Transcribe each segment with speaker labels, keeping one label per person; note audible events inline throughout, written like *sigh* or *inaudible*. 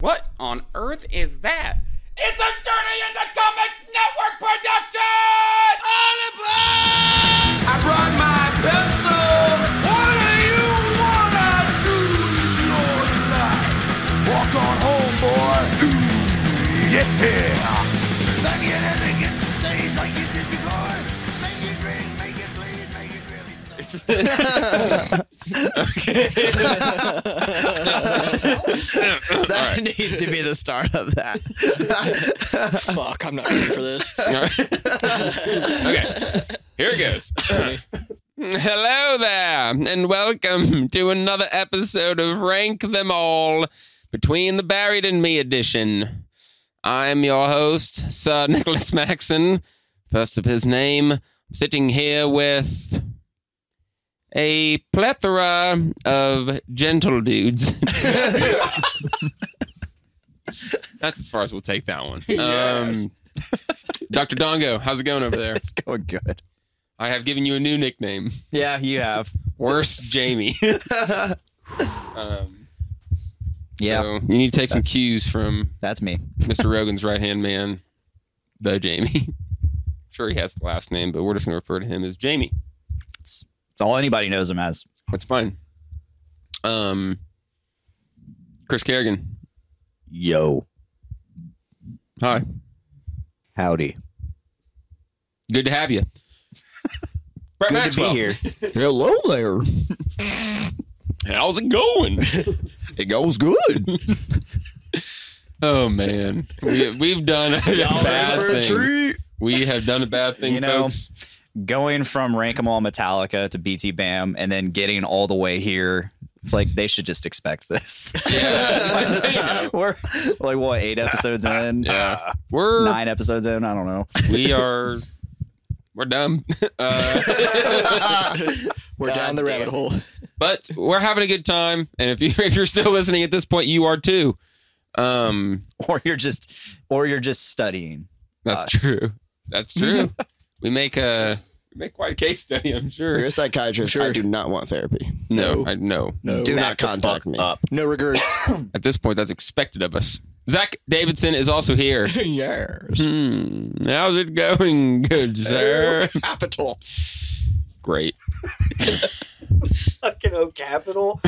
Speaker 1: What on earth is that?
Speaker 2: It's a Journey into Comics Network production! All aboard!
Speaker 3: I brought my pencil.
Speaker 2: What do you wanna do with your life?
Speaker 3: Walk on home, boy. Ooh, yeah. Back in and it gets the same like you did before. Make it ring, make it bleed, make it really sound.
Speaker 4: okay.
Speaker 3: *laughs*
Speaker 5: That
Speaker 1: All right.
Speaker 5: needs to be the start of that.
Speaker 4: Fuck, I'm not ready for this.
Speaker 1: All right. okay, here it goes. Hello there, and welcome *laughs* to another episode of Rank Them All Between the Buried and Me edition. I'm your host, Sir *laughs* Nicholas Maxon, first of his name. I'm sitting here with a plethora of gentle dudes. That's as far as we'll take that one. Um, Dr. Dongo, how's it going over there?
Speaker 5: It's going good.
Speaker 1: I have given you a new nickname.
Speaker 5: Yeah, you have.
Speaker 1: Worse Jamie. um,
Speaker 5: Yeah,
Speaker 1: so you need to take some cues from
Speaker 5: that's me.
Speaker 1: Mr. Rogan's right hand man, the Jamie. *laughs* sure, he has the last name, but we're just going to refer to him as Jamie.
Speaker 5: It's all anybody knows him as.
Speaker 1: That's fine. Um, Chris Kerrigan.
Speaker 5: Yo,
Speaker 1: Hi.
Speaker 5: howdy.
Speaker 1: Good to have you. Brett
Speaker 5: Good to *laughs*
Speaker 1: Maxwell.
Speaker 5: be here.
Speaker 6: Hello there.
Speaker 1: How's it *laughs* going?
Speaker 6: It goes good.
Speaker 1: *laughs* oh, man. We, we've done a bad thing. We have done a bad thing,
Speaker 5: You know,
Speaker 1: folks.
Speaker 5: Going from Rank 'Em All Metallica to BT Bam, and then getting all the way here. It's like they should just expect *laughs* this.
Speaker 1: Yeah.
Speaker 5: We're like what eight episodes in?
Speaker 1: yeah. *laughs* We're
Speaker 5: Nine episodes in, I don't know. *laughs*
Speaker 1: we are we're dumb *laughs* uh,
Speaker 6: *laughs*
Speaker 4: We're down the rabbit hole.
Speaker 1: but we're having a good time and if you if you're still listening at this point you are too um
Speaker 5: Or you're just, or you're just studying.
Speaker 1: that's
Speaker 5: Us.
Speaker 1: true that's
Speaker 5: *laughs*
Speaker 1: true we make a we make quite a case study i'm
Speaker 6: You're
Speaker 1: sure
Speaker 6: a psychiatrist. I do not want therapy.
Speaker 1: no i no
Speaker 6: No. Do not contact me. Up. No
Speaker 1: *laughs*
Speaker 6: regrets.
Speaker 1: at this point that's expected of us zach davidson is also here
Speaker 6: yes.
Speaker 1: hmm, how's it going good sir
Speaker 6: *laughs* Capital.
Speaker 1: great
Speaker 4: Fucking O
Speaker 1: *laughs*
Speaker 4: Capital.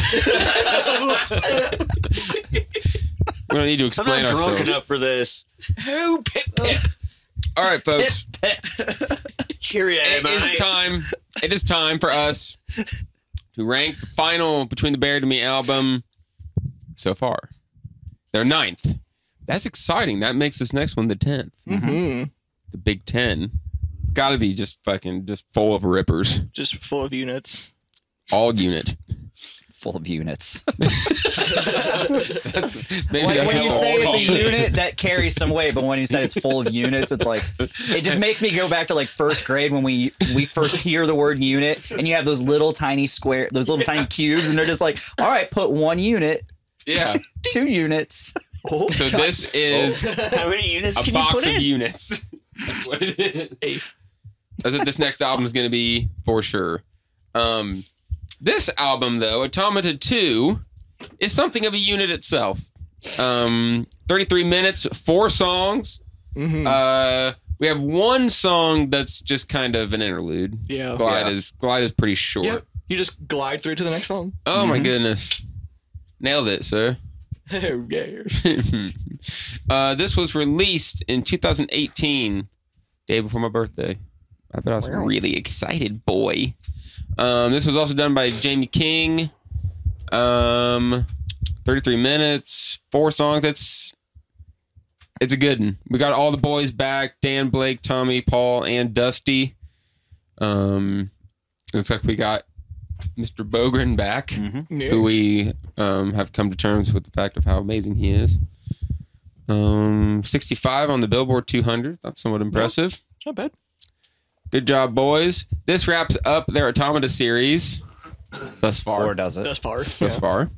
Speaker 1: we don't need to
Speaker 7: I'm
Speaker 1: explain
Speaker 7: not drunk
Speaker 1: ourselves
Speaker 7: enough for this.
Speaker 6: Who picked me?
Speaker 1: all right folks
Speaker 7: Cheerio,
Speaker 1: it
Speaker 7: mate.
Speaker 1: is time. It is time for us to rank the final Between the Buried and Me album so far. Their ninth. That's exciting. That makes this next one the tenth. Mm-hmm.
Speaker 6: Hmm.
Speaker 4: Mhm.
Speaker 1: The Big Ten. Got to be just fucking just full of rippers.
Speaker 4: Just full of units.
Speaker 1: All unit.
Speaker 5: Full of units.
Speaker 1: *laughs* Maybe
Speaker 5: Like
Speaker 1: that's
Speaker 5: when you
Speaker 1: all
Speaker 5: say it's a
Speaker 1: unit.
Speaker 5: unit, that carries some weight, but when you say it's full of units, it's like it just makes me go back to like first grade when we we first hear the word unit, and you have those little tiny square, those little tiny cubes, and they're just like, all right, put one unit, *laughs*
Speaker 1: Yeah.
Speaker 5: two units. Oh,
Speaker 1: So this is
Speaker 7: How many units
Speaker 1: a
Speaker 7: can you
Speaker 1: box
Speaker 7: put
Speaker 1: of
Speaker 7: in?
Speaker 1: units. *laughs* That's what it is. That's what this next album is going to be for sure. Um, this album, though, Automata 2, is something of a unit itself. Um, 33 minutes, four songs.
Speaker 6: hmm
Speaker 1: Uh, we have one song that's just kind of an interlude.
Speaker 6: yeah.
Speaker 1: Glide
Speaker 6: yeah.
Speaker 1: is Glide is pretty short.
Speaker 6: Yep. You just glide through to the next *laughs* song.
Speaker 1: Oh my goodness, nailed it, sir. *laughs*
Speaker 6: Oh, yeah.
Speaker 1: uh, this was released in 2018, day before my birthday. I bet I was
Speaker 6: Wow.
Speaker 1: really excited, boy. Um, this was also done by Jamie King. Um, 33 minutes, four songs. That's it's a good one. We got all the boys back: Dan, Blake, Tommy, Paul, and Dusty. Um, looks like we got Mr. Bogren back
Speaker 6: Yeah.
Speaker 1: Mm-hmm. who we um, have come to terms with the fact of how amazing he is. Um, 65 on the Billboard 200. That's somewhat impressive.
Speaker 6: Not bad.
Speaker 1: Good job, boys. This wraps up their Automata series thus far.
Speaker 5: Or does it?
Speaker 6: That's far.
Speaker 1: thus far.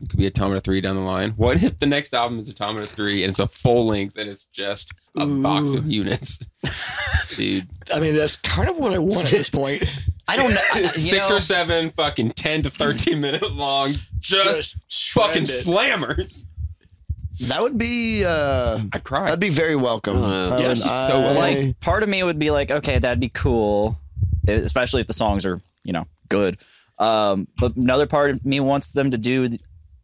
Speaker 1: It could be Automata 3 down the line. What if the next album is Automata 3 and it's a full length and it's just a box
Speaker 5: *laughs*
Speaker 1: of units? Dude,
Speaker 6: I mean, that's kind of what I want
Speaker 1: *laughs*
Speaker 6: at this point.
Speaker 5: I don't know. I- you
Speaker 1: six
Speaker 5: know,
Speaker 1: or seven, fucking 10 to 13 minute long, just
Speaker 6: Just
Speaker 1: fucking
Speaker 6: shred it.
Speaker 1: slammers.
Speaker 8: That would be uh,
Speaker 1: I cried.
Speaker 8: that'd be very welcome.
Speaker 6: Oh,
Speaker 1: Uh,
Speaker 8: I
Speaker 1: yeah,
Speaker 8: would-
Speaker 1: she's so
Speaker 8: I-
Speaker 5: like part of me would be like, okay, that'd be cool, e, especially if the songs are you know good. Um, but another part of me wants them to do the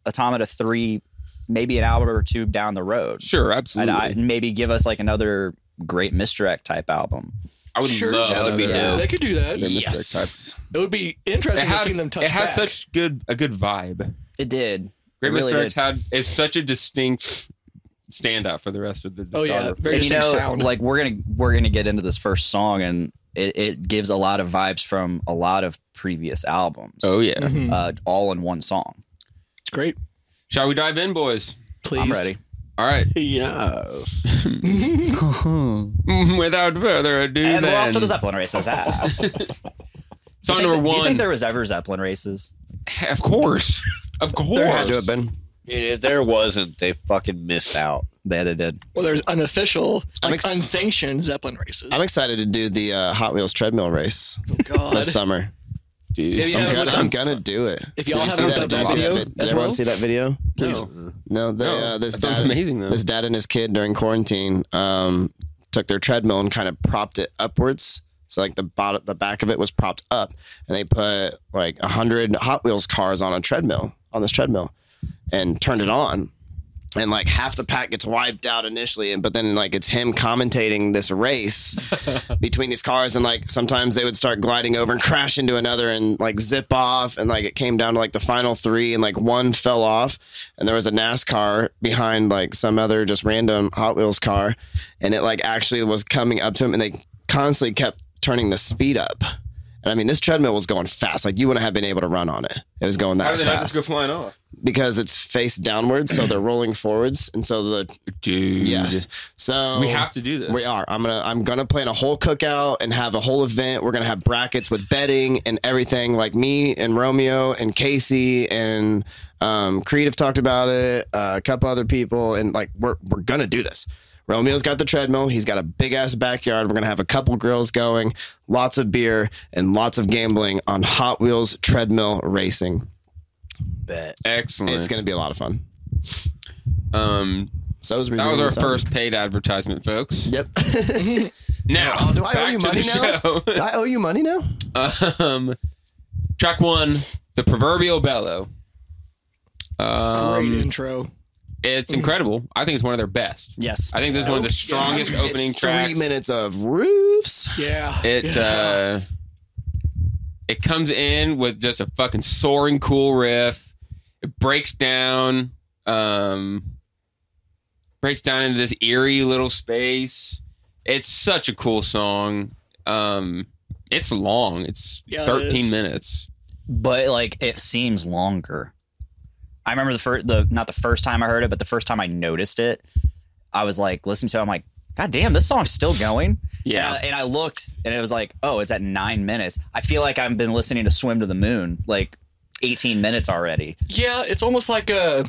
Speaker 5: Automata three, maybe an album or two down the road,
Speaker 1: Sure,
Speaker 5: and
Speaker 1: absolutely.
Speaker 5: I, and maybe give us like another great Misdirect type album.
Speaker 1: I would
Speaker 6: Sure,
Speaker 1: love
Speaker 6: that
Speaker 5: would be
Speaker 1: another-
Speaker 5: dope.
Speaker 6: They could do that.
Speaker 1: another
Speaker 5: Yes.
Speaker 1: Mystery Type.
Speaker 6: It would be interesting
Speaker 1: It had,
Speaker 6: to see them touch
Speaker 1: it had
Speaker 6: back.
Speaker 1: such good a good vibe.
Speaker 5: It did.
Speaker 1: Great
Speaker 5: It really
Speaker 1: Mystery
Speaker 5: did.
Speaker 1: had is such a distinct standout for the rest of the discography.
Speaker 6: Oh yeah, very
Speaker 5: and you know,
Speaker 6: distinct sound.
Speaker 5: like we're gonna we're gonna get into this first song, and it, it gives a lot of vibes from a lot of previous albums.
Speaker 1: Oh, yeah.
Speaker 6: Mhm.
Speaker 5: uh, all in one song.
Speaker 6: it's great.
Speaker 1: Shall we dive in, boys?
Speaker 6: Please,
Speaker 5: I'm
Speaker 6: *laughs*
Speaker 5: ready.
Speaker 1: All right.
Speaker 7: Yeah.
Speaker 1: Mm-hmm, Without further ado,
Speaker 5: And we're
Speaker 1: then.
Speaker 5: off to the Zeppelin *laughs* races. Ah.
Speaker 1: song
Speaker 5: Do you
Speaker 1: number
Speaker 5: think- Do you
Speaker 1: one.
Speaker 5: think there was ever Zeppelin races?
Speaker 1: of course,
Speaker 5: *laughs*
Speaker 1: of course.
Speaker 8: There had to have been.
Speaker 7: If there wasn't, they fucking missed out.
Speaker 5: Yeah, they did.
Speaker 6: Well, there's unofficial,
Speaker 8: I'm
Speaker 6: like
Speaker 8: ex-
Speaker 6: unsanctioned Zeppelin races.
Speaker 8: I'm excited to do the uh, Hot Wheels treadmill
Speaker 6: *laughs*
Speaker 8: race
Speaker 6: God.
Speaker 8: this summer.
Speaker 1: Dude.
Speaker 6: Maybe
Speaker 8: I'm,
Speaker 6: that
Speaker 8: gonna,
Speaker 6: was-
Speaker 8: I'm gonna do it.
Speaker 6: If y'all
Speaker 8: Did you
Speaker 6: haven't looked
Speaker 8: see
Speaker 6: up
Speaker 8: Did you
Speaker 6: that
Speaker 8: see
Speaker 6: video
Speaker 8: vid- Did
Speaker 6: as
Speaker 8: everyone
Speaker 6: well?
Speaker 8: see that video?
Speaker 1: Please.
Speaker 8: No, they,
Speaker 1: No,
Speaker 8: uh, this
Speaker 1: that sounds
Speaker 8: dad,
Speaker 1: amazing, though.
Speaker 8: This dad and his kid during quarantine um, took their treadmill and kind of propped it upwards. So like the bottom, the back of it was propped up, and they put like a hundred Hot Wheels cars on a treadmill on this treadmill, and turned it on, and like half the pack gets wiped out initially, and but then like it's him commentating this race between these cars, and like sometimes they would start gliding over and crash into another, and like zip off, and like it came down to like the final three, and like one fell off, and there was a NASCAR behind like some other just random Hot Wheels car, and it like actually was coming up to him, and they constantly kept turning the speed up. And I mean, this treadmill was going fast. Like you wouldn't have been able to run on it. It was going
Speaker 1: How
Speaker 8: that
Speaker 1: did they not just
Speaker 8: fast
Speaker 1: go flying off?
Speaker 8: because it's face downwards, so they're rolling forwards, and so the
Speaker 1: Dude.
Speaker 8: yes, so
Speaker 1: We have to do this.
Speaker 8: Oh. we are. I'm gonna. I'm gonna plan a whole cookout and have a whole event. We're gonna have brackets with betting and everything. Like me and Romeo and Casey and um, Creed have talked about it. Uh, a couple other people and like we're we're gonna do this. Romeo's got the treadmill. He's got a big ass backyard. We're gonna have a couple grills going, lots of beer and lots of gambling on Hot Wheels treadmill racing.
Speaker 7: Bet.
Speaker 1: Excellent.
Speaker 8: It's gonna be a lot of fun.
Speaker 1: um,
Speaker 8: So is
Speaker 1: that was our first paid advertisement, folks.
Speaker 8: Yep. *laughs*
Speaker 1: Now,
Speaker 8: Oh, do I owe
Speaker 1: back
Speaker 8: you
Speaker 1: to
Speaker 8: money
Speaker 1: the *laughs*
Speaker 8: I owe you money now.
Speaker 1: show. um, track one, the proverbial bellow.
Speaker 6: Great
Speaker 1: Um,
Speaker 6: intro.
Speaker 1: it's incredible. I think it's one of their best.
Speaker 5: Yes.
Speaker 1: I think this is one of the strongest opening tracks.
Speaker 8: Three minutes of roofs.
Speaker 6: Yeah.
Speaker 1: It
Speaker 6: yeah.
Speaker 1: uh it comes in with just a fucking soaring cool riff. It breaks down um breaks down into this eerie little space. It's such a cool song. Um it's long. It's
Speaker 6: Yeah, it
Speaker 1: 13
Speaker 6: is.
Speaker 1: minutes.
Speaker 5: But like it seems longer. I remember the first the not the first time I heard it, but the first time I noticed it, I was like listening to it, I'm like, God damn, this song's still going.
Speaker 1: Yeah.
Speaker 5: And I, and I looked and it was like, oh, it's at nine minutes. I feel like I've been listening to Swim to the Moon like 18 minutes already.
Speaker 6: yeah, it's almost like a.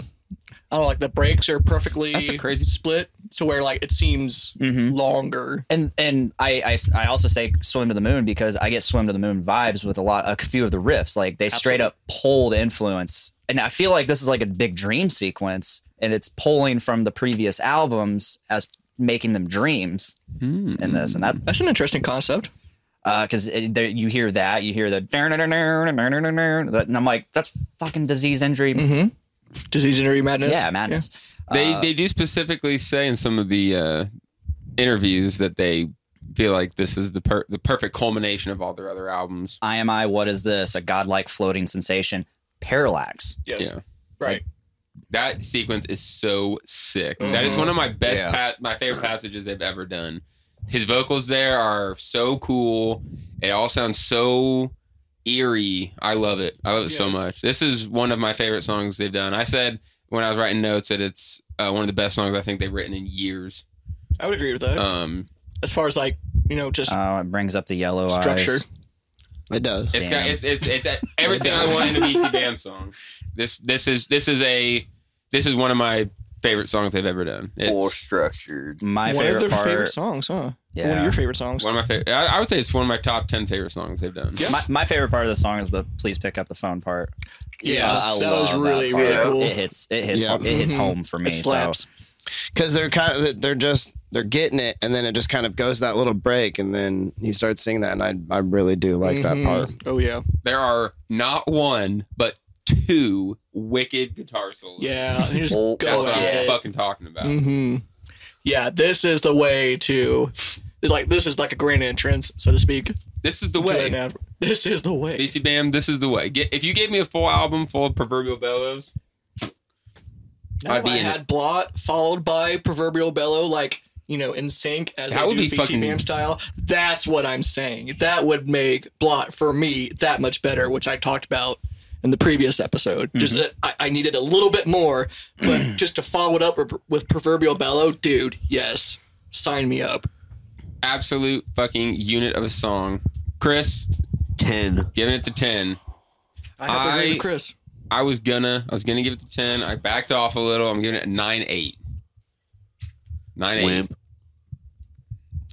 Speaker 6: I don't know, like the breaks are perfectly
Speaker 1: That's a crazy-
Speaker 6: split to where like it seems
Speaker 5: Mm-hmm.
Speaker 6: longer.
Speaker 5: and and I, I I also say swim to the moon because I get swim to the moon vibes with a lot a few of the riffs like they straight up pulled influence and I feel like this is like a big dream sequence and it's pulling from the previous albums as making them dreams
Speaker 1: Hmm.
Speaker 5: in this and that
Speaker 6: That's an interesting concept. Mm-hmm.
Speaker 5: because there you hear that you hear the that and I'm like that's fucking disease injury
Speaker 6: Mm-hmm. Disease and madness.
Speaker 5: yeah madness
Speaker 1: They
Speaker 5: Uh,
Speaker 1: they do specifically say in some of the uh interviews that they feel like this is the per- the perfect culmination of all their other albums.
Speaker 5: IMI what is this a godlike floating sensation parallax
Speaker 6: Yeah. Yes.
Speaker 1: Yeah.
Speaker 6: Right.
Speaker 1: That sequence is so sick. That is one of my best,
Speaker 5: Mm-hmm. Yeah.
Speaker 1: pa- my favorite passages they've ever done. His vocals there are so cool. It all sounds so eerie. I love it. I love it so
Speaker 6: Yes.
Speaker 1: much. This is one of my favorite songs they've done. I said when I was writing notes that it's uh, one of the best songs I think they've written in years.
Speaker 6: I would agree with that.
Speaker 1: Um,
Speaker 6: as far as like you know, just
Speaker 5: oh it brings up the yellow
Speaker 6: structure.
Speaker 5: eyes
Speaker 8: It does.
Speaker 1: it's got
Speaker 5: Damn.
Speaker 1: it's it's, it's everything I want in a BT Bam song. This this is this is a this is one of my favorite songs they've ever done. It's,
Speaker 7: More structured.
Speaker 5: My
Speaker 6: One of
Speaker 5: favorite
Speaker 6: their
Speaker 5: part.
Speaker 6: favorite songs, huh?
Speaker 5: Yeah.
Speaker 4: One of your favorite songs.
Speaker 1: One of my favorite. I, I would say it's one of my top ten favorite songs they've done.
Speaker 5: my, my favorite part of the song is the please pick up the phone part.
Speaker 6: Yeah,
Speaker 5: I
Speaker 6: that was
Speaker 5: love
Speaker 6: really
Speaker 5: part.
Speaker 6: really cool. Mm-hmm.
Speaker 5: It hits it hits
Speaker 8: Yeah.
Speaker 5: it hits home for me.
Speaker 4: slaps.
Speaker 5: So
Speaker 8: because they're kind of they're just they're getting it, and then it just kind of goes that little break, and then he starts singing that, and I I really do like that
Speaker 1: Mm-hmm.
Speaker 6: Mhm.
Speaker 8: part.
Speaker 6: Oh yeah,
Speaker 1: There are not one but two wicked guitar solos.
Speaker 6: yeah. And you just
Speaker 5: Oh,
Speaker 1: That's
Speaker 6: go
Speaker 1: what
Speaker 6: at
Speaker 1: I'm
Speaker 6: it.
Speaker 1: fucking talking about.
Speaker 6: hmm Yeah, this is the way to. It's like this is like a grand entrance, so to speak.
Speaker 1: This is the
Speaker 6: to an
Speaker 1: way.
Speaker 6: ad- This is the way.
Speaker 1: BC Bam, this is the way. Get, if you gave me a full album full of proverbial bellows,
Speaker 6: Now
Speaker 1: I'd be
Speaker 6: I
Speaker 1: in
Speaker 6: had blot followed by proverbial bellow, like you know, in sync as
Speaker 1: That
Speaker 6: they
Speaker 1: would
Speaker 6: do
Speaker 1: be
Speaker 6: BT
Speaker 1: fucking-
Speaker 6: Bam style. That's what I'm saying. That would make blot for me that much better, which I talked about in the previous episode. Just
Speaker 1: Mm-hmm.
Speaker 6: that I, I needed a little bit more,
Speaker 1: *clears throat*
Speaker 6: but just to follow it up with, with proverbial bellow, dude. Yes, sign me up.
Speaker 1: absolute fucking unit of a song. Chris,
Speaker 7: Ten.
Speaker 1: giving it to ten.
Speaker 6: I have to agree
Speaker 1: I-
Speaker 6: with Chris.
Speaker 1: I was gonna, I was gonna give it to ten. I backed off a little. I'm giving it a nine eight. Nine eight.
Speaker 7: Wimp.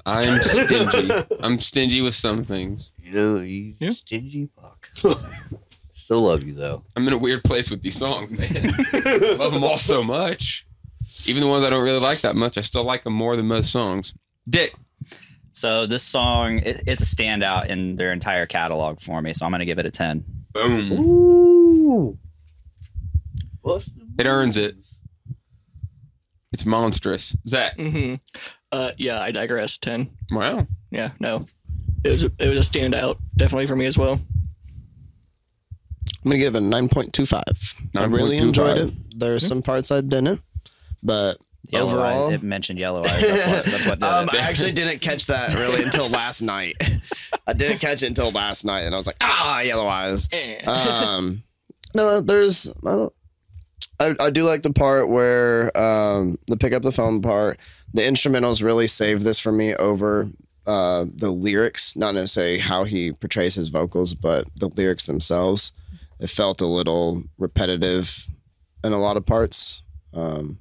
Speaker 1: I'm stingy. I'm stingy with some things.
Speaker 7: You know, you
Speaker 6: Yeah.
Speaker 7: stingy fuck. *laughs* Still love you though.
Speaker 1: I'm in a weird place with these songs, man. Love them all so much. Even the ones I don't really like that much, I still like them more than most songs. Dick,
Speaker 5: so this song it, it's a standout in their entire catalog for me. So I'm gonna give it a ten.
Speaker 1: boom.
Speaker 7: Ooh.
Speaker 1: It earns it. It's monstrous. Zach,
Speaker 6: hmm Uh, yeah, I digress. Ten.
Speaker 1: wow.
Speaker 6: Yeah, no, it was a, it was a standout definitely for me as well.
Speaker 8: I'm gonna give it a nine point two five. I really
Speaker 1: 9.25.
Speaker 8: enjoyed it.
Speaker 1: Mm-hmm.
Speaker 8: There's some parts I didn't, but
Speaker 5: Yellow
Speaker 8: overall, *laughs*
Speaker 5: Eyes- it mentioned yellow eyes. That's what, that's what did
Speaker 8: um,
Speaker 6: *laughs*
Speaker 5: it.
Speaker 8: I actually didn't catch that really until last night. *laughs* I didn't catch it until last night, and I was like, ah, yellow eyes.
Speaker 6: uh,
Speaker 8: Um, *laughs* no, there's I don't. I, I do like the part where um, the pick up the phone part. The instrumentals really save this for me over uh, the lyrics. Not necessarily how he portrays his vocals, but the lyrics themselves. It felt a little repetitive in a lot of parts. Um,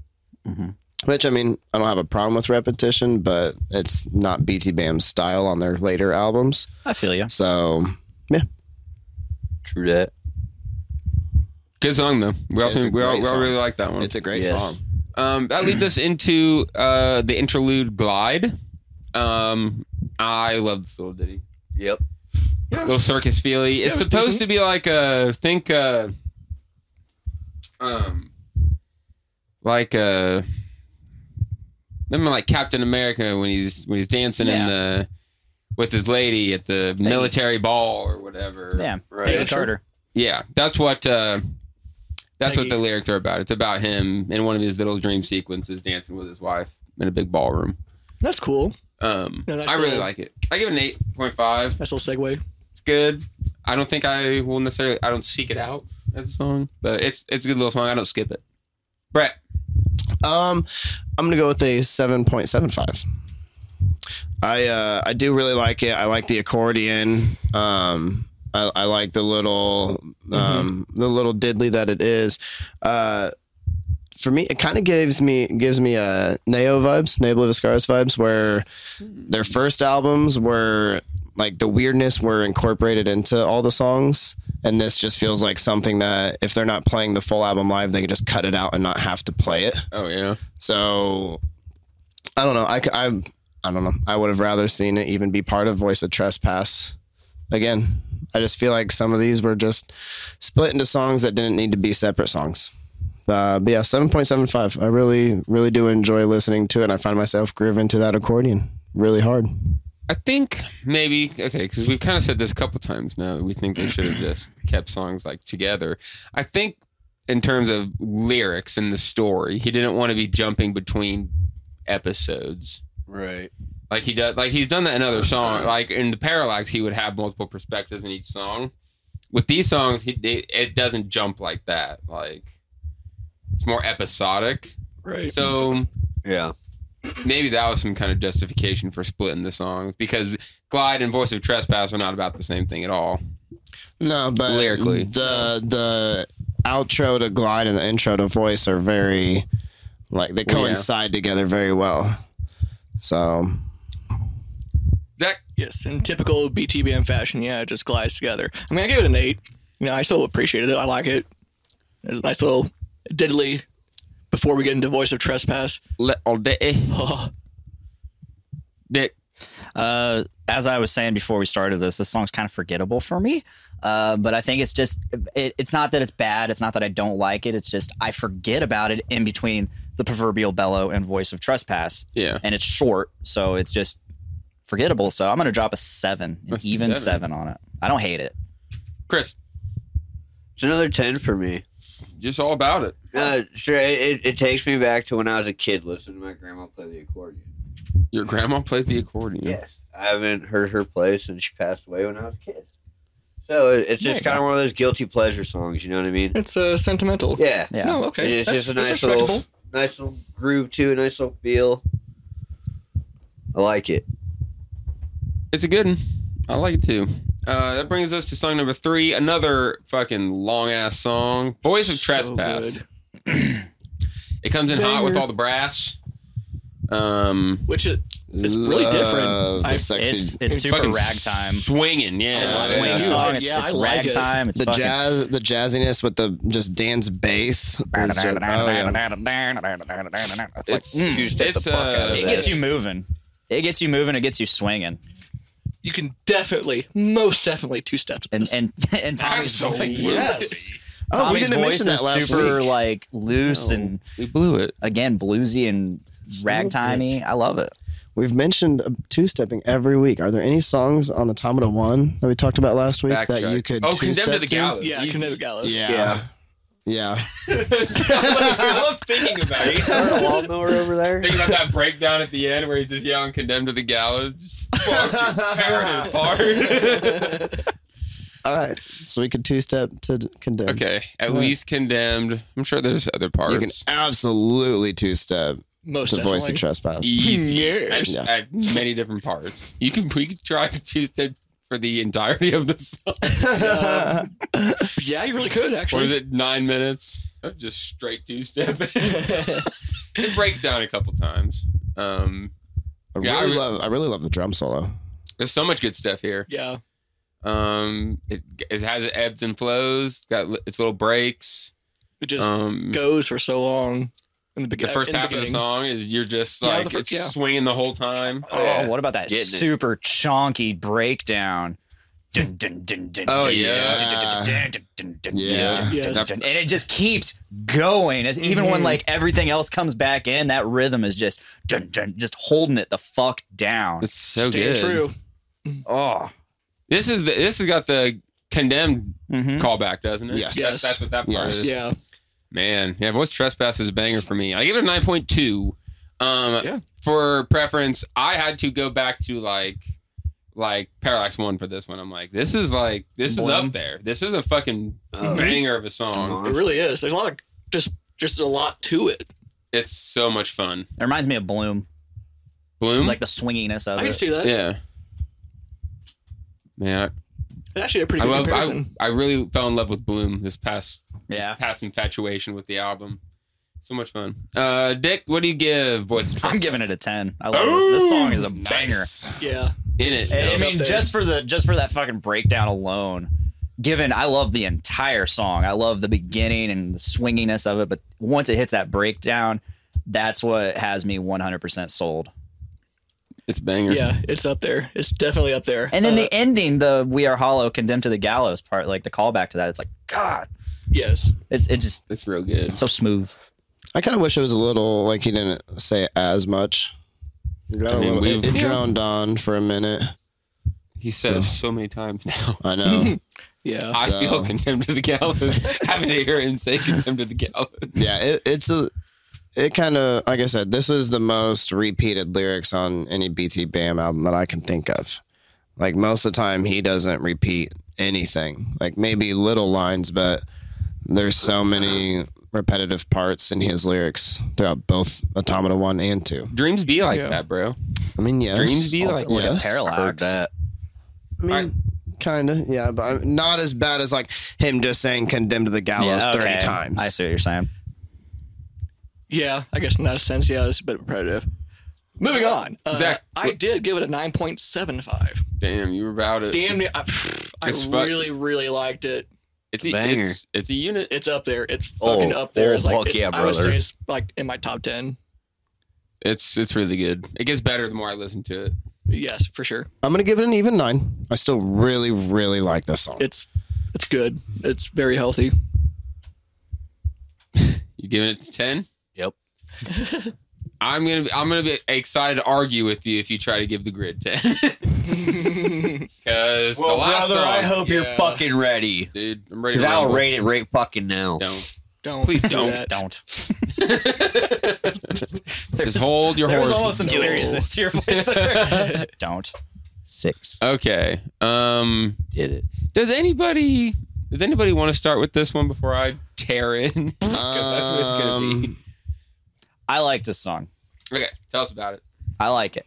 Speaker 5: Mhm.
Speaker 8: Which I mean, I don't have a problem with repetition, but it's not BT Bam's style on their later albums.
Speaker 5: I feel you.
Speaker 8: So
Speaker 7: True that.
Speaker 1: Good song though. We all,
Speaker 8: It's a
Speaker 1: we all,
Speaker 8: great
Speaker 1: we all
Speaker 8: song.
Speaker 1: really like that one.
Speaker 8: it's a great
Speaker 7: Yes.
Speaker 8: song.
Speaker 1: Um, that leads us into uh, the interlude glide. Um, I love this little ditty,
Speaker 7: Yep.
Speaker 1: little circus feely. It's
Speaker 6: it was
Speaker 1: supposed
Speaker 6: decent.
Speaker 1: to be like a think, uh um, like a remember like Captain America when he's when he's dancing in
Speaker 5: Yeah.
Speaker 1: the with his lady at the military ball or whatever.
Speaker 5: Yeah,
Speaker 7: Right.
Speaker 5: David Carter.
Speaker 1: Yeah, that's what uh, that's what
Speaker 6: Peggy.
Speaker 1: the lyrics are about. It's about him in one of his little dream sequences dancing with his wife in a big ballroom.
Speaker 6: That's cool.
Speaker 1: Um,
Speaker 6: No, that's
Speaker 1: I really
Speaker 6: the-
Speaker 1: like it. I give it an eight point five.
Speaker 6: Nice little segue.
Speaker 1: It's good. I don't think I will necessarily. I don't seek it out as a song, but it's it's a good little song. I don't skip it. Brett,
Speaker 8: Um, I'm gonna go with a seven point seven five. I uh, I do really like it. I like the accordion. Um, I, I like the little um, the little diddly that it is. Uh, for me, it kind of gives me gives me a Neo vibes, Neo of Scars vibes, where their first albums were like the weirdness were incorporated into all the songs. And this just feels like something that if they're not playing the full album live, they can just cut it out and not have to play it.
Speaker 1: oh yeah,
Speaker 8: So I don't know. I, c- I, I don't know. I would have rather seen it even be part of Voice of Trespass. Again, I just feel like some of these were just split into songs that didn't need to be separate songs. Uh, but yeah, 7.75. I really, really do enjoy listening to it. And I find myself grooving to that accordion really hard.
Speaker 1: I think maybe okay because we've kind of said this a couple times now. that We think they should have just kept songs like together. I think in terms of lyrics and the story, he didn't want to be jumping between episodes.
Speaker 7: Right.
Speaker 1: Like he does, like he's done that in other songs. Like in the Parallax, he would have multiple perspectives in each song. With these songs, he, they, it doesn't jump like that. Like it's more episodic.
Speaker 6: Right.
Speaker 1: So
Speaker 7: Yeah.
Speaker 1: maybe that was some kind of justification for splitting the songs because Glide and Voice of Trespass are not about the same thing at all.
Speaker 8: No, but
Speaker 1: Lyrically.
Speaker 8: the the outro to Glide and the intro to Voice are very like they
Speaker 1: Well, yeah.
Speaker 8: coincide together very well. So
Speaker 1: Zach,
Speaker 6: Yes, in typical BTBM fashion, yeah, it just glides together. I mean, I gave it an eight. You know, I still appreciate it. I like it. It's a nice little diddly before we get into Voice of Trespass.
Speaker 1: little ditty,
Speaker 6: Oh,
Speaker 1: dick.
Speaker 5: Uh, as I was saying before we started this, this song's kind of forgettable for me. Uh, but I think it's just, it, it's not that it's bad. It's not that I don't like it. It's just I forget about it in between the proverbial bellow and voice of trespass.
Speaker 1: Yeah.
Speaker 5: And it's short. So it's just forgettable. So I'm going to drop a seven, an
Speaker 1: A
Speaker 5: even
Speaker 1: seven.
Speaker 5: seven. on it. I don't hate it.
Speaker 1: Chris,
Speaker 7: It's another 10 for me.
Speaker 1: just all about it.
Speaker 7: Uh, sure, it, it, it takes me back to when I was a kid listening to my grandma play the accordion.
Speaker 1: Your grandma plays the accordion.
Speaker 7: Yes. I haven't heard her play since she passed away when I was a kid. So it, it's just kind of one of those guilty pleasure songs, you know what
Speaker 6: *laughs*
Speaker 7: I mean?
Speaker 6: it's uh, sentimental.
Speaker 7: Yeah.
Speaker 5: Yeah.
Speaker 6: No, okay.
Speaker 7: It's
Speaker 6: that's,
Speaker 7: just a
Speaker 6: that's
Speaker 7: nice
Speaker 6: respectable.
Speaker 7: little, nice little groove too, a nice little feel. I like it.
Speaker 1: It's a good one. I like it too. Uh, that brings us to song number three, another fucking long ass song, "Boys of Trespass."
Speaker 6: good.
Speaker 1: it comes in hot
Speaker 6: Banger.
Speaker 1: with all the brass. Um,
Speaker 6: Which it, It's really different.
Speaker 8: Love the
Speaker 6: I-
Speaker 8: sexy,
Speaker 5: It's, it's
Speaker 6: It's
Speaker 5: super
Speaker 1: fucking
Speaker 5: ragtime.
Speaker 1: swinging, yeah.
Speaker 6: It's
Speaker 7: like-
Speaker 1: Yeah.
Speaker 5: Swing
Speaker 7: dude,
Speaker 5: song. It's,
Speaker 6: yeah,
Speaker 5: it's
Speaker 6: I like it.
Speaker 5: ragtime. It's
Speaker 8: the
Speaker 5: fucking-
Speaker 8: jazz, the jazziness with the just dance bass. is just- oh, yeah.
Speaker 5: It's like,
Speaker 1: It's,
Speaker 5: mm,
Speaker 7: You step
Speaker 1: it's,
Speaker 7: the fuck out
Speaker 1: uh,
Speaker 7: of
Speaker 5: it gets you moving. It gets you moving. It gets you swinging.
Speaker 6: you can definitely, most definitely, two steps.
Speaker 5: and and *laughs* and Tommy's
Speaker 1: Absolutely.
Speaker 5: voice.
Speaker 1: Yes.
Speaker 8: Oh,
Speaker 5: Tommy's
Speaker 8: we didn't
Speaker 5: voice
Speaker 8: mention that
Speaker 5: is
Speaker 8: last
Speaker 5: super
Speaker 8: week.
Speaker 5: like loose and
Speaker 1: we blew it.
Speaker 5: again bluesy and ragtimey. I love it.
Speaker 8: We've mentioned uh, two-stepping every week. Are there any songs on Automata One that we talked about last week that
Speaker 1: Backtrack.
Speaker 8: you could?
Speaker 1: oh, condemned to
Speaker 8: two-step
Speaker 1: the gallows.
Speaker 6: yeah,
Speaker 1: You-
Speaker 6: Canova Gallows.
Speaker 8: Yeah.
Speaker 7: Yeah.
Speaker 8: yeah, yeah.
Speaker 1: I love thinking about it.
Speaker 7: Turn a lawnmower over there.
Speaker 1: Think about that breakdown at the end where he's just yelling "condemned to the gallows," just fuck, just tearing it
Speaker 8: *laughs*
Speaker 1: apart.
Speaker 8: All right, so we could two-step to d- condemn.
Speaker 1: okay, at
Speaker 8: Yeah.
Speaker 1: least condemned. I'm sure there's other parts.
Speaker 8: you can absolutely two-step
Speaker 6: Most
Speaker 8: to voice
Speaker 6: definitely. Mm,
Speaker 8: of trespass. *laughs*
Speaker 1: easy
Speaker 6: Yes.
Speaker 1: at,
Speaker 8: Yeah.
Speaker 1: at many different parts. You can we could try to choose it for the entirety of the song.
Speaker 6: Um, yeah, you really could
Speaker 1: Or
Speaker 6: actually.
Speaker 1: is it nine minutes of just straight two
Speaker 8: *laughs*
Speaker 1: step? it breaks down a couple times. Um,
Speaker 8: I
Speaker 1: Yeah, I
Speaker 8: really
Speaker 1: re-
Speaker 8: love. I really love the drum solo.
Speaker 1: there's so much good stuff here.
Speaker 6: Yeah,
Speaker 1: Um, it, it has ebbs and flows. It's got li- its little breaks.
Speaker 6: it just
Speaker 1: Um,
Speaker 6: goes for so long in the, begi-
Speaker 1: the first
Speaker 6: in
Speaker 1: half of the
Speaker 6: beginning.
Speaker 1: song is you're just
Speaker 6: Yeah, the
Speaker 1: like
Speaker 6: fir-
Speaker 1: it's
Speaker 6: yeah.
Speaker 1: swinging the whole time.
Speaker 5: Oh, what about that
Speaker 7: Getting it.
Speaker 5: super chunky breakdown? Dun, dun, dun, dun,
Speaker 1: Oh,
Speaker 5: dun,
Speaker 1: yeah.
Speaker 5: dun, dun, dun, dun, dun, dun, dun,
Speaker 8: Yeah.
Speaker 5: dun,
Speaker 6: Yes.
Speaker 5: dun, dun. and it just keeps going. As even
Speaker 6: Mm-hmm.
Speaker 5: when like everything else comes back in, that rhythm is just dun, dun, just holding it the fuck down.
Speaker 1: It's so
Speaker 6: Staying
Speaker 1: good.
Speaker 6: true.
Speaker 5: Oh,
Speaker 1: This is the, this has got the condemned
Speaker 6: Mm-hmm.
Speaker 5: Mhm.
Speaker 1: callback, doesn't it?
Speaker 8: Yes.
Speaker 1: That's, that's what that part
Speaker 8: Yes.
Speaker 1: is.
Speaker 6: Hmm? Yeah,
Speaker 1: Man, yeah, voice trespass is a banger for me. I give it a nine point two. Um,
Speaker 6: Yeah.
Speaker 1: for preference, I had to go back to like, like Parallax One for this one. I'm like, this is like, this is up there. This is a fucking
Speaker 7: Oh.
Speaker 1: banger of a song.
Speaker 6: it really is. There's a lot of just just a lot to it.
Speaker 1: It's so much fun.
Speaker 5: it reminds me of Bloom,
Speaker 1: Bloom,
Speaker 5: like the swinginess of
Speaker 6: Mm-hmm. I can
Speaker 5: it.
Speaker 6: see that.
Speaker 1: yeah, man.
Speaker 6: It's actually a
Speaker 1: I,
Speaker 6: pretty
Speaker 1: I
Speaker 6: good
Speaker 1: love. I,
Speaker 6: comparison.
Speaker 1: I really fell in love with Bloom this past
Speaker 5: Yeah.
Speaker 1: this past infatuation with the album. So much fun. Uh, Dick, what do you give voice?
Speaker 5: I'm giving it a ten. I love this. This song is a banger.
Speaker 6: yeah,
Speaker 1: in it.
Speaker 5: I- I
Speaker 6: It's Oh, up
Speaker 5: mean,
Speaker 6: there.
Speaker 5: just for the just for that fucking breakdown alone. Given, I love the entire song. I love the beginning and the swinginess of it. But once it hits that breakdown, that's what has me 100% sold.
Speaker 1: It's a banger.
Speaker 6: yeah, it's up there. It's definitely up there.
Speaker 5: And then
Speaker 6: Uh,
Speaker 5: the ending, the "We Are Hollow, Condemned to the Gallows" part, like the callback to that, it's like God,
Speaker 6: yes,
Speaker 5: it's it just
Speaker 1: It's real good.
Speaker 5: it's so smooth.
Speaker 8: I kind of wish it was a little like he didn't say as much. It got a
Speaker 1: I mean,
Speaker 8: little- it,
Speaker 1: we've-
Speaker 8: it droned on for a minute.
Speaker 1: He said it so many times now. *laughs*
Speaker 8: I know.
Speaker 6: yeah.
Speaker 1: I
Speaker 8: So-
Speaker 1: feel condemned to the *laughs* gallows. Having to hear him say condemned to the gallows.
Speaker 8: yeah, it, it's a. It kind of like I said, this was the most repeated lyrics on any BT Bam album that I can think of. Like most of the time, he doesn't repeat anything. Like maybe little lines, but there's so many repetitive parts in his lyrics throughout both Automata One and Two.
Speaker 1: Dreams be like
Speaker 6: Yeah.
Speaker 1: that, bro.
Speaker 8: I mean, yes,
Speaker 1: Dreams be
Speaker 5: All-
Speaker 1: like
Speaker 5: look
Speaker 1: that.
Speaker 5: at
Speaker 8: yes.
Speaker 7: Heard
Speaker 5: Parallax.
Speaker 7: that.
Speaker 8: I mean,
Speaker 1: Alright.
Speaker 8: kind of, yeah, but I'm not as bad as like him just saying condemned to the gallows
Speaker 5: Yeah,
Speaker 8: 30
Speaker 5: okay.
Speaker 8: times.
Speaker 5: I see what you're saying.
Speaker 6: Yeah, I guess in that sense, yeah, it's a bit repetitive. Moving on. Uh,
Speaker 1: Zach,
Speaker 6: I did give it a 9.75.
Speaker 1: Damn, you were about it.
Speaker 6: Damn near. I, I
Speaker 1: It's fuck-
Speaker 6: really, really liked it.
Speaker 1: It's a,
Speaker 7: Banger.
Speaker 1: it's, it's a unit.
Speaker 6: It's up there. It's
Speaker 7: Oh,
Speaker 6: fucking up there.
Speaker 7: oh,
Speaker 6: It's like,
Speaker 7: fuck
Speaker 6: it's-
Speaker 7: yeah,
Speaker 6: I would
Speaker 7: brother.
Speaker 6: say it's like in my top 10.
Speaker 1: It's it's really good. It gets better the more I listen to it.
Speaker 6: Yes, for sure.
Speaker 8: I'm gonna give it an even nine. I still really, really like this song.
Speaker 6: It's it's good. It's very healthy.
Speaker 1: You giving it to ten?
Speaker 7: Yep.
Speaker 1: I'm gonna be, I'm gonna be excited to argue with you if you try to give the grid ten. *laughs* Because the last song,
Speaker 7: hope
Speaker 6: Yeah.
Speaker 7: fucking ready.
Speaker 1: dude, I'm ready.
Speaker 7: Because
Speaker 1: To
Speaker 7: I'll
Speaker 1: rumble.
Speaker 7: rate it right fucking now.
Speaker 1: Don't.
Speaker 6: Don't
Speaker 1: Please
Speaker 6: do
Speaker 1: don't.
Speaker 6: that.
Speaker 5: Don't.
Speaker 1: Just hold your
Speaker 5: There was
Speaker 1: horses.
Speaker 5: almost some seriousness to your voice. there. *laughs* Don't.
Speaker 7: Six.
Speaker 1: Okay. Um.
Speaker 7: Did it.
Speaker 1: Does anybody? Does anybody want to start with this one before I tear in? *laughs* 'Cause that's what it's gonna be.
Speaker 8: Um,
Speaker 5: I like this song.
Speaker 1: Okay. Tell us about it.
Speaker 5: I like it.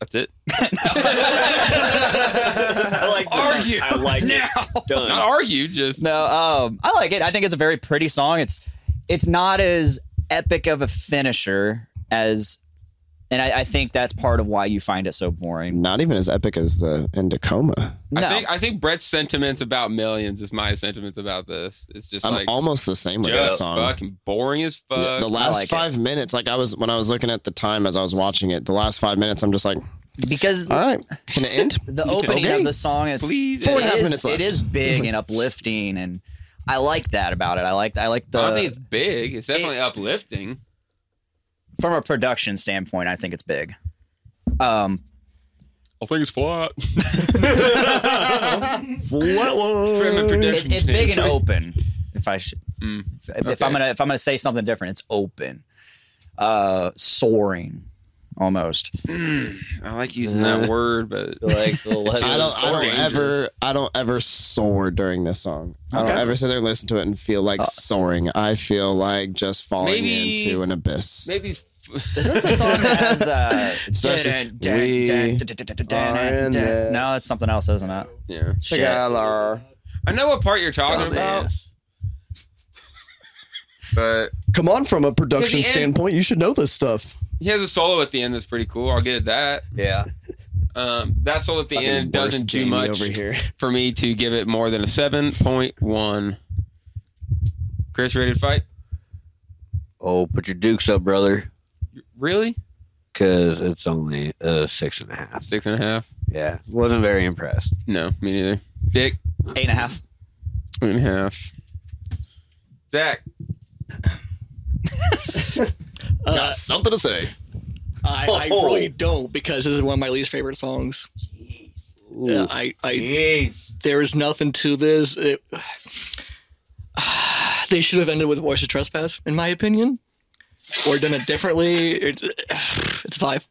Speaker 1: That's it.
Speaker 7: I like Argue. I like it.
Speaker 1: Not
Speaker 7: Done.
Speaker 1: argue. Just
Speaker 5: No, um, I like it. I think it's a very pretty song. It's it's not as epic of a finisher as, and I, I think that's part of why you find it so boring.
Speaker 8: not even as epic as the in Tacoma.
Speaker 5: No,
Speaker 1: I think I think Brett's sentiments about millions is my sentiments about this. It's just
Speaker 8: I'm
Speaker 1: like
Speaker 8: almost the same with
Speaker 1: just
Speaker 8: this song.
Speaker 1: fucking boring as fuck.
Speaker 8: The- the last
Speaker 5: like it.
Speaker 8: five minutes, like I was when I was looking at the time as I was watching it, the last five minutes, I'm just like,
Speaker 5: because
Speaker 8: all right, can it end?
Speaker 5: *laughs* the opening
Speaker 8: Okay.
Speaker 5: of the song it's
Speaker 1: Please.
Speaker 5: it
Speaker 1: Four and
Speaker 8: a half
Speaker 5: is-
Speaker 8: minutes left.
Speaker 5: It is big and uplifting, and I like that about it. I like I like
Speaker 1: I don't
Speaker 5: the
Speaker 1: think it's big. It's definitely uplifting.
Speaker 5: from a production standpoint. I think it's big. Um,
Speaker 1: I think it's *laughs* flat. From a
Speaker 7: Flat one.
Speaker 5: it,
Speaker 1: production
Speaker 5: it's big and
Speaker 1: standpoint.
Speaker 5: open. If I should,
Speaker 1: Mm,
Speaker 5: if, if I'm
Speaker 1: okay.
Speaker 5: gonna if I'm gonna say something different, it's open, uh, soaring, almost.
Speaker 1: I like using that word, but
Speaker 7: Like the leather.
Speaker 8: I don't, I don't
Speaker 1: Dangerous.
Speaker 8: ever, I don't ever soar during this song. I don't
Speaker 5: Okay.
Speaker 8: ever sit there and listen to it and feel like soaring. I feel like just falling
Speaker 1: Uh, Maybe-
Speaker 8: into an abyss.
Speaker 1: maybe.
Speaker 5: Is
Speaker 1: *laughs*
Speaker 5: this the song that has *laughs* the?
Speaker 8: Especially
Speaker 5: Dun,
Speaker 8: we
Speaker 5: dun, dun, dun, dun, dun, dun,
Speaker 8: are in
Speaker 5: dun, dun.
Speaker 8: this
Speaker 5: No, it's something else, isn't it?
Speaker 1: yeah,
Speaker 5: Shit.
Speaker 1: I know what part you're talking
Speaker 8: Oh,
Speaker 1: about,
Speaker 7: Dumbass.
Speaker 1: but
Speaker 8: Come on, from a production
Speaker 1: At the end-
Speaker 8: standpoint, you should know this stuff.
Speaker 1: he has a solo at the end that's pretty cool. I'll give it that.
Speaker 7: Yeah.
Speaker 1: Um, that solo at the end
Speaker 8: Fucking worst
Speaker 1: doesn't do
Speaker 8: Jamie
Speaker 1: much
Speaker 8: over here. *laughs*
Speaker 1: for me to give it more than a seven point one. Chris rated fight.
Speaker 7: Oh, put your dukes up, brother.
Speaker 1: Really?
Speaker 7: Because it's only uh, six and a half.
Speaker 1: Six and a half?
Speaker 7: Yeah. Wasn't very impressed.
Speaker 1: No, me neither. Dick,
Speaker 5: Eight and a half.
Speaker 1: eight and a half. Zach,
Speaker 6: Uh,
Speaker 8: Something to say.
Speaker 6: I, I
Speaker 7: Oh.
Speaker 6: really don't because this is one of my least favorite songs. Yeah, I, I there is nothing to this. It, *sighs* they should have ended with Voice of Trespass, in my opinion, or done it differently. It's, *sighs* it's a five.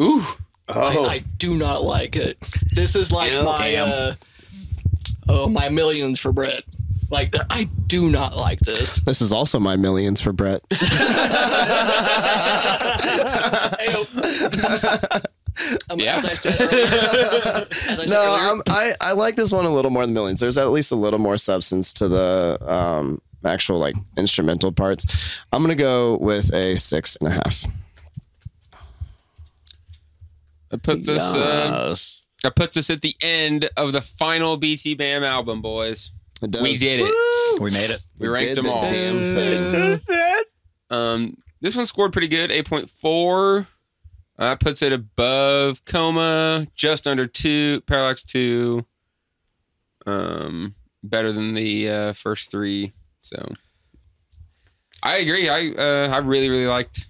Speaker 1: ooh,
Speaker 7: Oh,
Speaker 6: I, I do not like it. This is like
Speaker 7: Yeah.
Speaker 6: my
Speaker 7: Damn.
Speaker 6: uh, oh my millions for Brett. Like I do not like this.
Speaker 8: This is also my millions for Brett.
Speaker 6: Um,
Speaker 1: Yeah.
Speaker 6: As I said earlier, as I said
Speaker 8: no,
Speaker 6: earlier,
Speaker 8: I'm, I I like this one a little more than Millions. There's at least a little more substance to the um, actual like instrumental parts. I'm gonna go with a six and a half.
Speaker 1: I put this. Uh,
Speaker 7: yes.
Speaker 1: I put this at the end of the final BT Bam album, boys.
Speaker 8: It does.
Speaker 1: We did it.
Speaker 5: We made it.
Speaker 1: We ranked
Speaker 8: did
Speaker 1: them
Speaker 8: the
Speaker 1: all.
Speaker 8: Damn thing.
Speaker 1: Um, this one scored pretty good, eight point four. Uh, That puts it above Coma, just under two, Parallax two. Um, better than the uh, first three. So, I agree. I uh, I really really liked,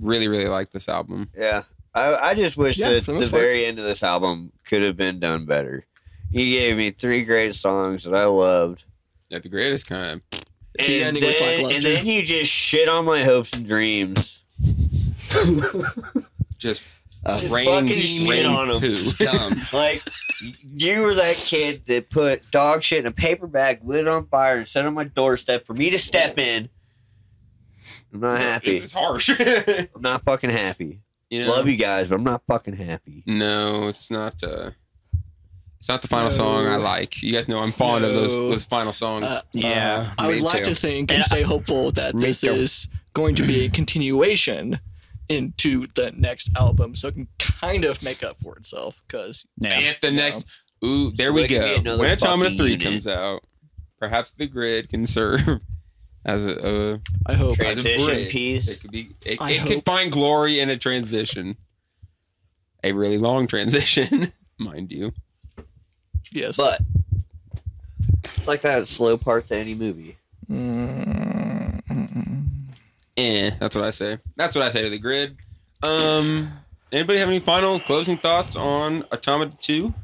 Speaker 1: really really liked this album.
Speaker 7: Yeah. I, I just wish
Speaker 6: Yeah,
Speaker 7: that
Speaker 6: for
Speaker 7: the
Speaker 6: the most part.
Speaker 7: very end of this album could have been done better. You gave me three great songs that I loved.
Speaker 1: At the greatest kind of
Speaker 6: The
Speaker 7: And
Speaker 6: ending was
Speaker 7: then, and
Speaker 6: lackluster.
Speaker 7: then you just shit on my hopes and dreams.
Speaker 1: just
Speaker 6: Uh,
Speaker 7: Just
Speaker 1: rain,
Speaker 7: fucking shit
Speaker 1: rain
Speaker 7: on 'em. *laughs*
Speaker 1: poo.
Speaker 7: Like, you were that kid that put dog shit in a paper bag, lit it on fire, and set it on my doorstep for me to step in. I'm not
Speaker 1: This
Speaker 7: happy.
Speaker 1: is harsh. *laughs*
Speaker 7: I'm not fucking happy.
Speaker 1: yeah.
Speaker 7: Love you guys, but I'm not fucking happy.
Speaker 1: No, it's not. Uh, it's not the final song I like. You guys know I'm fond of those
Speaker 6: No.
Speaker 1: those final songs.
Speaker 6: Uh,
Speaker 5: Yeah.
Speaker 6: I would
Speaker 1: Me
Speaker 6: like
Speaker 1: too.
Speaker 6: to think and
Speaker 5: And
Speaker 6: stay hopeful that
Speaker 8: Me
Speaker 6: this
Speaker 8: too.
Speaker 6: is going to be a continuation into the next album, so it can kind of make up for itself. Because
Speaker 5: Yeah.
Speaker 1: If the next, ooh, there
Speaker 7: So
Speaker 1: we
Speaker 7: it could be
Speaker 1: go.
Speaker 7: another
Speaker 1: When Automata
Speaker 7: fucking
Speaker 1: Three
Speaker 7: unit.
Speaker 1: comes out, perhaps the grid can *laughs* serve as a, uh,
Speaker 6: I hope
Speaker 1: as a
Speaker 7: Transition
Speaker 1: bridge.
Speaker 7: piece.
Speaker 1: It could be. It,
Speaker 6: I
Speaker 1: it could
Speaker 6: hope.
Speaker 1: find glory in a transition, a really long *laughs* transition, mind you.
Speaker 6: yes,
Speaker 7: But it's like that slow part to any movie.
Speaker 1: Eh, that's what I say. That's what I say to the grid. Um, anybody have any final closing thoughts on Automata Two?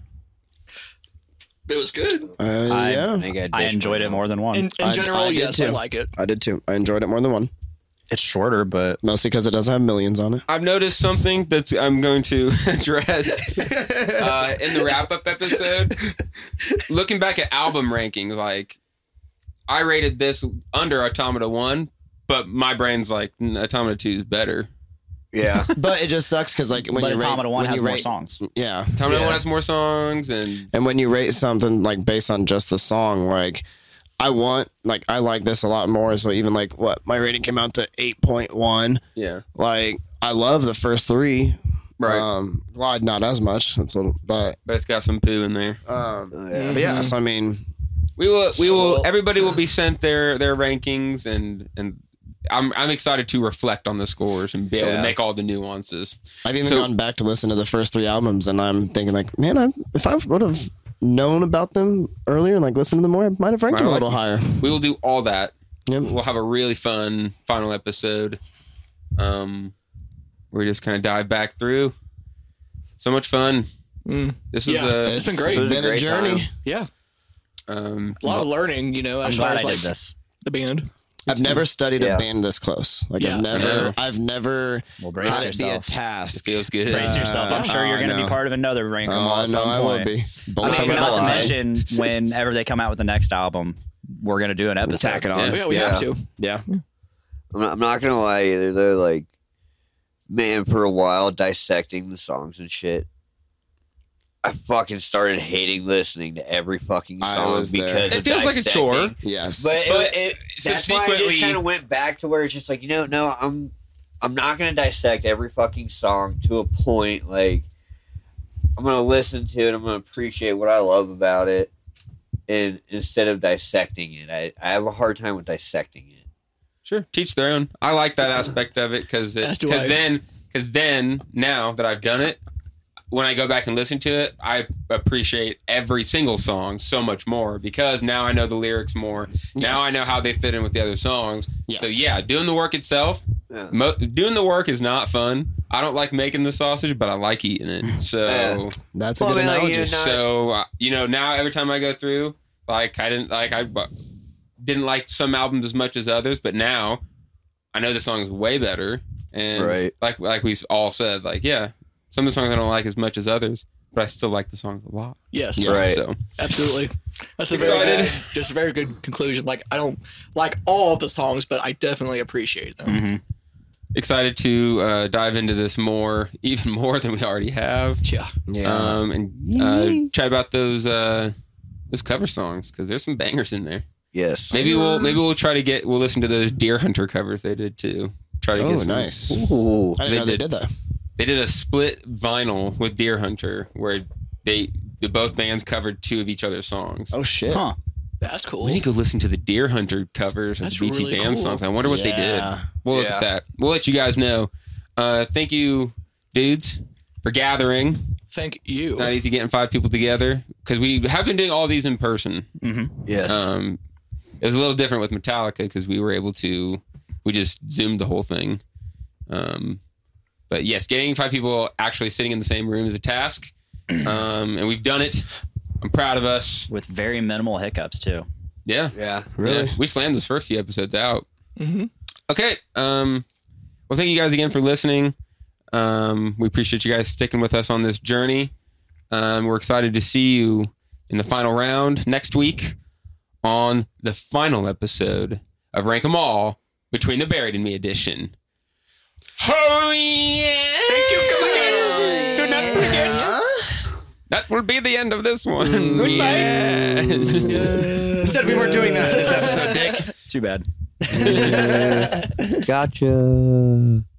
Speaker 6: it was good.
Speaker 8: Uh,
Speaker 5: I-
Speaker 8: yeah,
Speaker 5: I enjoyed it more than one.
Speaker 6: In, in
Speaker 8: I-
Speaker 6: general,
Speaker 8: I did
Speaker 6: yes, I
Speaker 8: too.
Speaker 6: like it.
Speaker 8: I did too. I enjoyed it more than one,
Speaker 5: it's shorter, but
Speaker 8: mostly because it doesn't have millions on it.
Speaker 1: I've noticed something that I'm going to *laughs* address uh, in the wrap up episode. Looking back at album rankings, like I rated this under Automata 1, but my brain's like, "Mm, Automata 2 is better.
Speaker 7: Yeah.
Speaker 8: But it just sucks because like when
Speaker 5: but
Speaker 8: you
Speaker 5: Automata
Speaker 8: rate,
Speaker 5: One
Speaker 8: when
Speaker 5: has
Speaker 8: you
Speaker 5: more
Speaker 8: rate-
Speaker 5: songs.
Speaker 8: Yeah,
Speaker 1: Automata 1 has more songs, and
Speaker 8: And when you rate something like based on just the song, like I want, like I like this a lot more. So even like what my rating came out to eight point one.
Speaker 1: yeah,
Speaker 8: Like I love the first three.
Speaker 1: right.
Speaker 8: Um, Rod not as much. That's a little, but
Speaker 1: but it's got some poo in there.
Speaker 8: um,
Speaker 7: Oh,
Speaker 1: *laughs*
Speaker 8: but
Speaker 7: yeah.
Speaker 8: yeah. So I mean,
Speaker 1: We will. We will.
Speaker 7: Well-
Speaker 1: Everybody will be sent their their rankings, and and I'm I'm excited to reflect on the scores and be able to
Speaker 7: Yeah.
Speaker 1: make all the nuances.
Speaker 8: I've even
Speaker 1: So-
Speaker 8: gone back to listen to the first three albums, and I'm thinking like, man, I, if I would have known about them earlier and like listened to them more, I might have ranked
Speaker 1: Might
Speaker 8: them a
Speaker 1: have
Speaker 8: little higher.
Speaker 1: We will do all that.
Speaker 8: Yep.
Speaker 1: we'll have a really fun final episode. Um, where we just kind of dive back through. So much fun.
Speaker 6: Mm.
Speaker 1: This was
Speaker 6: Yeah.
Speaker 1: a
Speaker 6: It's been great.
Speaker 7: It was
Speaker 8: Been a
Speaker 7: great
Speaker 8: journey.
Speaker 7: time.
Speaker 6: Yeah,
Speaker 1: um,
Speaker 6: a lot of learning, you know,
Speaker 5: I'm
Speaker 6: as far
Speaker 5: glad I
Speaker 6: as like
Speaker 5: did this.
Speaker 6: the band.
Speaker 8: I've never studied
Speaker 7: Yeah.
Speaker 8: a band this close. Like
Speaker 6: Yeah.
Speaker 8: I've never,
Speaker 1: Yeah.
Speaker 8: I've never
Speaker 5: Well, brace
Speaker 8: had it be a
Speaker 5: yourself.
Speaker 8: task.
Speaker 1: feels good.
Speaker 5: Brace yourself. I'm sure you're
Speaker 8: Uh, I
Speaker 5: going to be
Speaker 8: know.
Speaker 5: part of another rank 'em all
Speaker 8: I
Speaker 5: at
Speaker 8: know
Speaker 5: some
Speaker 8: I
Speaker 5: point.
Speaker 8: will be.
Speaker 5: I mean,
Speaker 7: Well,
Speaker 5: not to
Speaker 7: I-
Speaker 5: mention
Speaker 8: *laughs*
Speaker 5: whenever they come out with the next album, we're gonna do an episode.
Speaker 8: tack it
Speaker 1: Yeah.
Speaker 8: on.
Speaker 6: Yeah, we
Speaker 7: Yeah.
Speaker 6: have to.
Speaker 8: Yeah.
Speaker 7: I'm not, I'm not gonna lie either. They're like, man, for a while dissecting the songs and shit. I fucking started hating listening to every fucking
Speaker 8: I
Speaker 7: song
Speaker 8: was
Speaker 7: because
Speaker 8: there.
Speaker 1: Uh, It
Speaker 7: of
Speaker 1: feels like a
Speaker 7: dissecting.
Speaker 1: chore.
Speaker 8: Yes.
Speaker 7: But, it-
Speaker 1: But
Speaker 7: it, that's why I
Speaker 1: subsequently-
Speaker 7: just kind of went back to where it's just like you know, no, I'm I'm not gonna dissect every fucking song to a point. Like I'm gonna listen to it. I'm gonna appreciate what I love about it, and instead of dissecting it, I I have a hard time with dissecting it.
Speaker 1: Sure, teach their own. I like that aspect of it because because
Speaker 6: As do I.
Speaker 1: then because then now that I've done it, when I go back and listen to it, I appreciate every single song so much more because now I know the lyrics more. Now I know how they fit in with the other songs.
Speaker 8: Yes.
Speaker 1: So yeah, doing the work itself,
Speaker 7: Yeah.
Speaker 1: mo- doing the work is not fun. I don't like making the sausage, but I like eating
Speaker 7: *laughs*
Speaker 1: it. So
Speaker 8: That's a
Speaker 7: Well,
Speaker 8: good
Speaker 7: I mean, like,
Speaker 8: analogy.
Speaker 7: you're not-
Speaker 1: so uh, you know now every time I go through, like I didn't like I bu- didn't like some albums as much as others, but now I know the song is way better. And
Speaker 7: Right.
Speaker 1: like like we all said, like yeah, some of the songs I don't like as much as others, but I still like the songs a lot.
Speaker 6: Yes,
Speaker 8: Yeah.
Speaker 7: Right.
Speaker 1: So
Speaker 6: absolutely. That's a very
Speaker 1: Excited.
Speaker 6: good, just a very good conclusion. Like I don't like all of the songs, but I definitely appreciate them.
Speaker 5: Mm-hmm.
Speaker 1: excited to uh, dive into this more, *laughs* even more than we already have.
Speaker 6: Yeah,
Speaker 8: yeah.
Speaker 1: Um, and uh, chat about those uh, those cover songs because there's some bangers in there.
Speaker 7: Yes.
Speaker 1: Maybe we'll maybe we'll try to get we'll listen to those Deer Hunter covers they did too. Try to
Speaker 8: oh,
Speaker 1: get some,
Speaker 8: nice.
Speaker 7: Ooh.
Speaker 8: I didn't
Speaker 1: They
Speaker 8: know they
Speaker 1: did.
Speaker 8: did that.
Speaker 1: They did a split vinyl with Deer Hunter where they the both bands covered two of each other's songs.
Speaker 8: Oh shit.
Speaker 5: Huh.
Speaker 6: that's cool.
Speaker 1: We need to go listen to the Deer Hunter covers of
Speaker 6: That's
Speaker 1: BT
Speaker 6: really
Speaker 1: Bam
Speaker 6: cool.
Speaker 1: songs. I wonder what they did.
Speaker 8: Yeah.
Speaker 1: We'll look at that. We'll let you guys know. Uh, thank you, dudes, for gathering.
Speaker 6: Thank you.
Speaker 1: It's not easy getting five people together because we have been doing all these in person.
Speaker 7: Yes.
Speaker 1: Um, it was a little different with Metallica because we were able to, we just zoomed the whole thing. Um, but yes, getting five people actually sitting in the same room is a task, um, and we've done it. I'm proud of us.
Speaker 5: with very minimal hiccups too.
Speaker 1: Yeah,
Speaker 7: yeah.
Speaker 8: Really?
Speaker 1: Yeah. We slammed those first few episodes out.
Speaker 6: hmm
Speaker 1: Okay. Um, well, thank you guys again for listening. Um, we appreciate you guys sticking with us on this journey. Um, we're excited to see you in the final round next week on the final episode of Rank 'Em All Between the Buried and Me edition. Oh, yeah. Thank you. Come again. Do not forget. That will be the end of this one. Goodbye.
Speaker 8: We said we weren't
Speaker 5: *laughs*
Speaker 8: doing that this episode, Dick.
Speaker 5: Too bad.
Speaker 7: Gotcha.